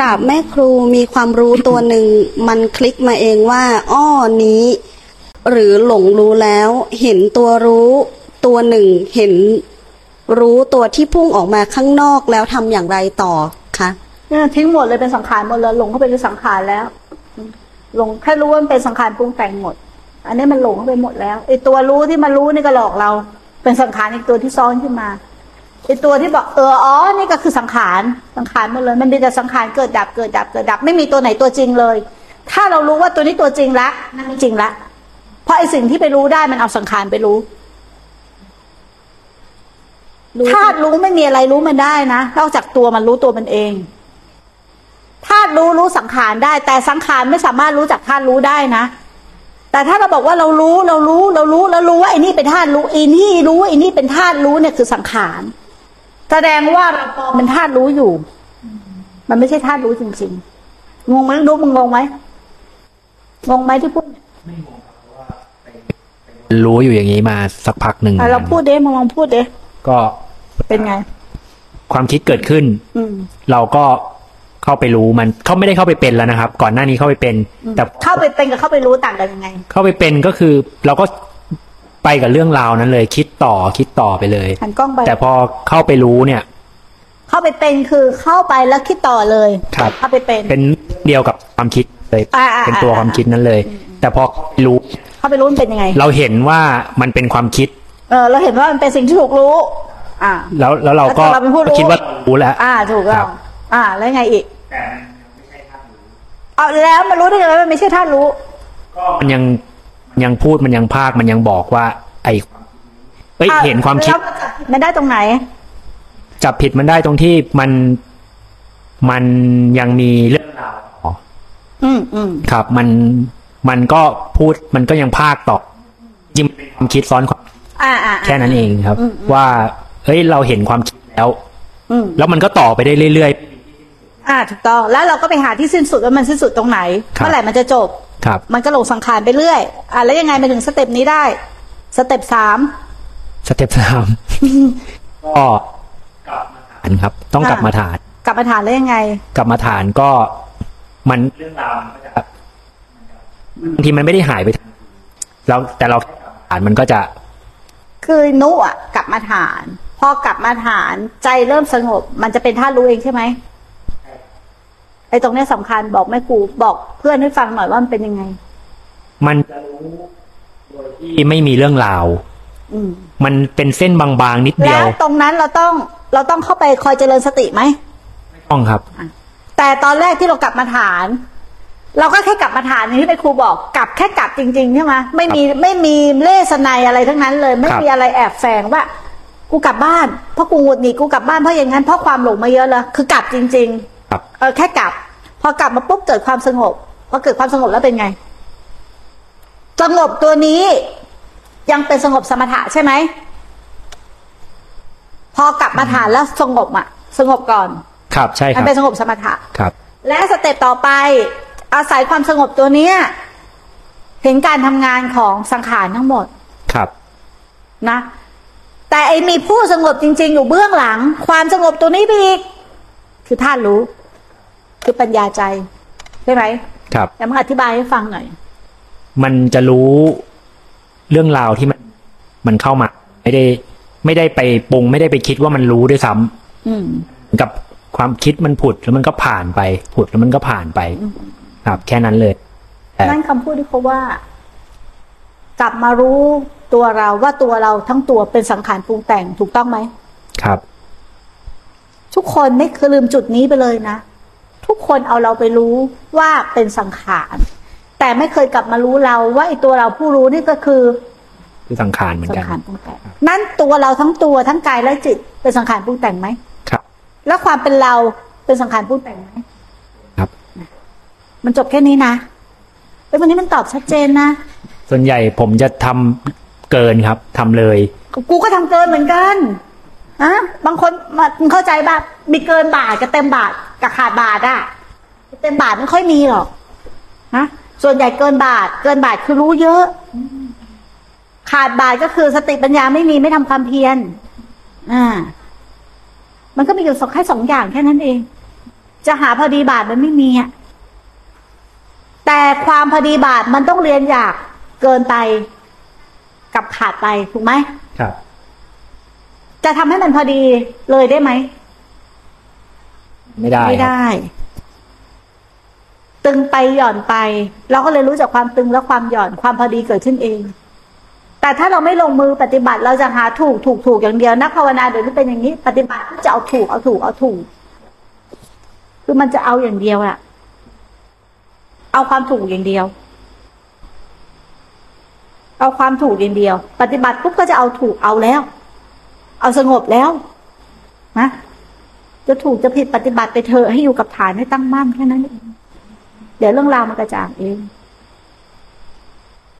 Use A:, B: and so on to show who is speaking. A: ราบแม่ครูมีความรู้ตัวหนึ่ง มันคลิกมาเองว่า อ้อนี้ หรือหลงรู้แล้ว เห็นตัวรู้ตัวหนึ่ง เห็นรู้ตัวที่พุ่งออกมาข้างนอกแล้วทำอย่างไรต่อคะ
B: เนี่ยทิ้งหมดเลยเป็นสังขารหมดเลยหลงเข้าไปในสังขารแล้วหลงแค่รู้ว่ามันเป็นสังขารปรุงแต่งหมด อันนี้มันหลงเข้าไปหมดแล้วไอ้ตัวรู้ที่มันรู้นี่ก็หลอกเรา เป็นสังขารอีกตัวที่ซ้อนขึ้นมาไอ้ตัวที่บอกเอออ๋อนี่ก็คือสังขารสังขารหมดเลย มันมีแต่สังขารเกิดดับเกิดดับเกิดดับ ไม่มีตัวไหนตัวจริงเลย ถ้าเรารู้ว่าตัวนี้ตัวจริงละนั่นไม่จริงละเพราะไอ้สิ่งที่ไปรู้ได้มันเอาสังขารไปรู้ ธาตุรู้ไม่มีอะไรรู้มันได้นะนอกจากตัวมันรู้ตัวมันเองธาตุรู้รู้สังขารได้ แต่สังขารไม่สามารถรู้จากธาตุรู้ได้นะ แต่ถ้าเราบอกว่าเรารู้เรารู้เรารู้เรารู้ว่าไอ้นี่เป็นธาตุรู้ไอ้นี่รู้ไอ้นี่เป็นธาตุรู้เนี่ยคือสังขารแสดงว่าเราปลอมเป็นธาตุรู้อยู่ มันไม่ใช่ธาตุรู้จริงๆงงไหมรู้มึงงงไหมงงไหมที่พูดเนี่ย
C: รู้อยู่อย่างนี้มาสักพักหนึ่ง
B: อ่ะเราพูดเด้มึงลองพูดเด้
C: ก็
B: เป็นไง
C: ความคิดเกิดขึ้น
B: อืม
C: เราก็เข้าไปรู้มันเขาไม่ได้เข้าไปเป็นแล้วนะครับ ก่อนหน้านี้เข้าไปเป็น แต่
B: เข้าไปเป็นกับเข้าไปรู้ต่างกันยังไง
C: เข้าไปเป็นก็คือ เราก็ไปกับเรื่องราวนั้นเลย คิดต่อคิดต่อไปเลย
B: หันกล้องไป
C: แต่พอเข้าไปรู้เนี่ย
B: เข้าไปเป็นคือเข้าไปแล้วคิดต่อเลย
C: ครับ
B: เข้าไปเป็น
C: เป็นเดียวกับความคิดเลย
B: อ่าอ่า
C: เป็นตัว
B: อ่า
C: ความคิดนั้นเลย แต่พอรู้
B: เข้าไปรู้มันเป็นยังไง
C: เราเห็นว่ามันเป็นความคิด
B: เออเราเห็นว่ามันเป็นสิ่งที่ถูกรู้ อ่า
C: แล้วแล้วเราก็
B: แล้วเราเป็นผู้รู้
C: คิดว่ารู้แล้ว
B: อ่าถูกแล้
C: ครั
B: ว
C: บ
B: อ่า แล้วไงอีกแต่มันไม่ใช่ธาตุรู้เอาแล้วมันรู้ได้ไงว่ามันไม่ใช่ธาตุรู้
C: มันยังยังพูดมันยังภาคมันยังบอกว่า ไอเอ้ย
B: อ่ะ
C: เห็นความคิด
B: แล้มันได้ตรงไหน
C: จับผิดมันได้ตรงที่มันมันยังมีเรื่องราวต่อ
B: อืมอืม
C: ครับ มันมันก็พูดมันก็ยังภาคต่อจริงๆมันเป็นความคิดซ้อนความ
B: อ่าอ่า
C: แค่นั้นเองครับ ว่าเฮ้ยเราเห็นความคิดแล้ว
B: อืม
C: แล้วมันก็ต่อไปได้เรื่อย
B: อ่าถูกต้องแล้วเราก็ไปหาที่สิ้นสุดว่ามันสิ้นสุดตรงไหน
C: ครับ
B: เมื่อไหร่มันจะจบ
C: ๆ ครับ
B: มันก็หลงสังขารไปเรื่อย อ่าแล้วยังไงมาถึงสเต็ปนี้ได้ สเต็ปสาม
C: สเต็ป สามก็กลับมาฐานครับ ต้องกลับมาฐาน
B: กลับมาฐานแล้วยังไง
C: กลับมาฐานก็มันเรื่องราวมันก็จะบางทีมันไม่ได้หายไปทันทีเราแต่เราฐานมันก็จะ
B: คือนุอ่ะกลับมาฐาน พอกลับมาฐานใจเริ่มสงบ มันจะเป็นท่าตุรู้เองใช่ไหมไอ้ตรงเนี้ยสำคัญบอกแม่ครูบอกเพื่อนให้ฟังหน่อยว่ามันเป็นยังไง
C: มันจะรู้โดยที่ไม่มีเรื่องราว
B: อืม
C: มันเป็นเส้นบางๆนิดเดี
B: แล้
C: ยว ว
B: ตรงนั้นเราต้องเราต้องเข้าไปคอยเจริญสติไหม
C: ต้องครับ
B: แต่ตอนแรกที่เรากลับมาฐาน เราก็แค่กลับมาฐานอย่างที่แม่ครูบอกกลับแค่กลับจริงๆใช่ไหมไม่มีไม่มีเล่ห์สนัยอะไรทั้งนั้นเลย ไม่
C: ครับ
B: มีอะไรแอบแฝงว่า กูกลับบ้านเพราะกูหงุดหงิดกูกลับบ้านเพราะอย่างนั้นเพราะความหลงมาเยอะเลยคือกลับจริง ๆ
C: ครับ
B: เออแค่กลับ พอกลับมาปุ๊บเกิดความสงบพอเกิดความสงบแล้วเป็นไง สงบตัวนี้ ยังเป็นสงบสมถะใช่ไหม พอกลับมาฐานแล้วสงบอ่ะ สงบก่อน
C: ครับใช่ค
B: มั
C: รับ
B: เป็นสงบสมถะ
C: ครับ
B: และสเต็ปต่อไป อาศัยความสงบตัวเนี้ยเห็นการทำงานของสังขารทั้งหมด
C: ครับ
B: นะ แต่ไอมีผู้สงบจริง ๆ อยู่เบื้องหลัง ความสงบตัวนี้ไปอีก คือท่านรู้ คือปัญญาใจใช่ไหม
C: ครับ
B: แต่มาอธิบายให้ฟังหน่อย
C: มันจะรู้เรื่องราวที่มันมันเข้ามา ไม่ได้ ไม่ได้ไปปรุง ไม่ได้ไปคิดว่ามันรู้ด้วยซ้ำ
B: อืม
C: กับความคิดมันผุดแล้วมันก็ผ่านไปผุดแล้วมันก็ผ่านไป ครับ แค่นั้นเลย แต่
B: นั่นคำพูดที่เขาว่า กลับมารู้ตัวเราว่าตัวเราทั้งตัวเป็นสังขารปรุงแต่งถูกต้องไหม
C: ครับ
B: ทุกคนไม่เคยลืมจุดนี้ไปเลยนะ ทุกคนเอาเราไปรู้ว่าเป็นสังขาร แต่ไม่เคยกลับมารู้เราว่าไอตัวเราผู้รู้นี่ก็คือ
C: คือสังขารเหมือน
B: สัง
C: กัน
B: ขารปรุงแต่งนั่นตัวเราทั้งตัวทั้งกายและจิตเป็นสังขารปรุงแต่งไหม
C: ครับ
B: แล้วความเป็นเราเป็นสังขารปรุงแต่งไหม
C: ครับ
B: มันจบแค่นี้นะเอ้ยวันนี้มันตอบชัดเจนนะ
C: ส่วนใหญ่ผมจะทำเกินครับทำเลย
B: กูก็ทำเกินเหมือนกันอะบางคนมามึงเข้าใจป่ะมีเกินบาทกับเต็มบาทกับขาดบาทอะเต็มบาทไม่ค่อยมีหรอกนะส่วนใหญ่เกินบาท เกินบาทคือรู้เยอะ ขาดบาทก็คือสติปัญญาไม่มีไม่ทำความเพียรอ่า มันก็มีอยู่สองแค่สองอย่างแค่นั้นเอง จะหาพอดีบาทมันไม่มีอะแต่ความพอดีบาทมันต้องเรียนอยากเกินไปกับขาดไปถูกไหม
C: ครับ
B: จะทำให้มันพอดีเลยได้ไหม
C: ไม่ได้
B: ไม่
C: ครับ
B: ได้ ตึงไปหย่อนไป เราก็เลยรู้จักความตึงและความหย่อนความพอดีเกิดขึ้นเอง แต่ถ้าเราไม่ลงมือปฏิบัติเราจะหาถูกถูกถูกอย่างเดียวนักภาวนาเดี๋ยวนี้เป็นอย่างนี้ ปฏิบัติจะเอาถูกเอาถูกเอาถูก คือมันจะเอาอย่างเดียวอะเอาความถูกอย่างเดียว เอาความถูกอย่างเดียว ปฏิบัติปุ๊บก็จะเอาถูกเอาแล้ว เอาสงบแล้วนะ จะถูกจะผิดปฏิบัติไปเถอะให้อยู่กับฐานให้ตั้งมั่นแค่นั้นเอง เดี๋ยวเรื่องราวมันกระจ่างเอง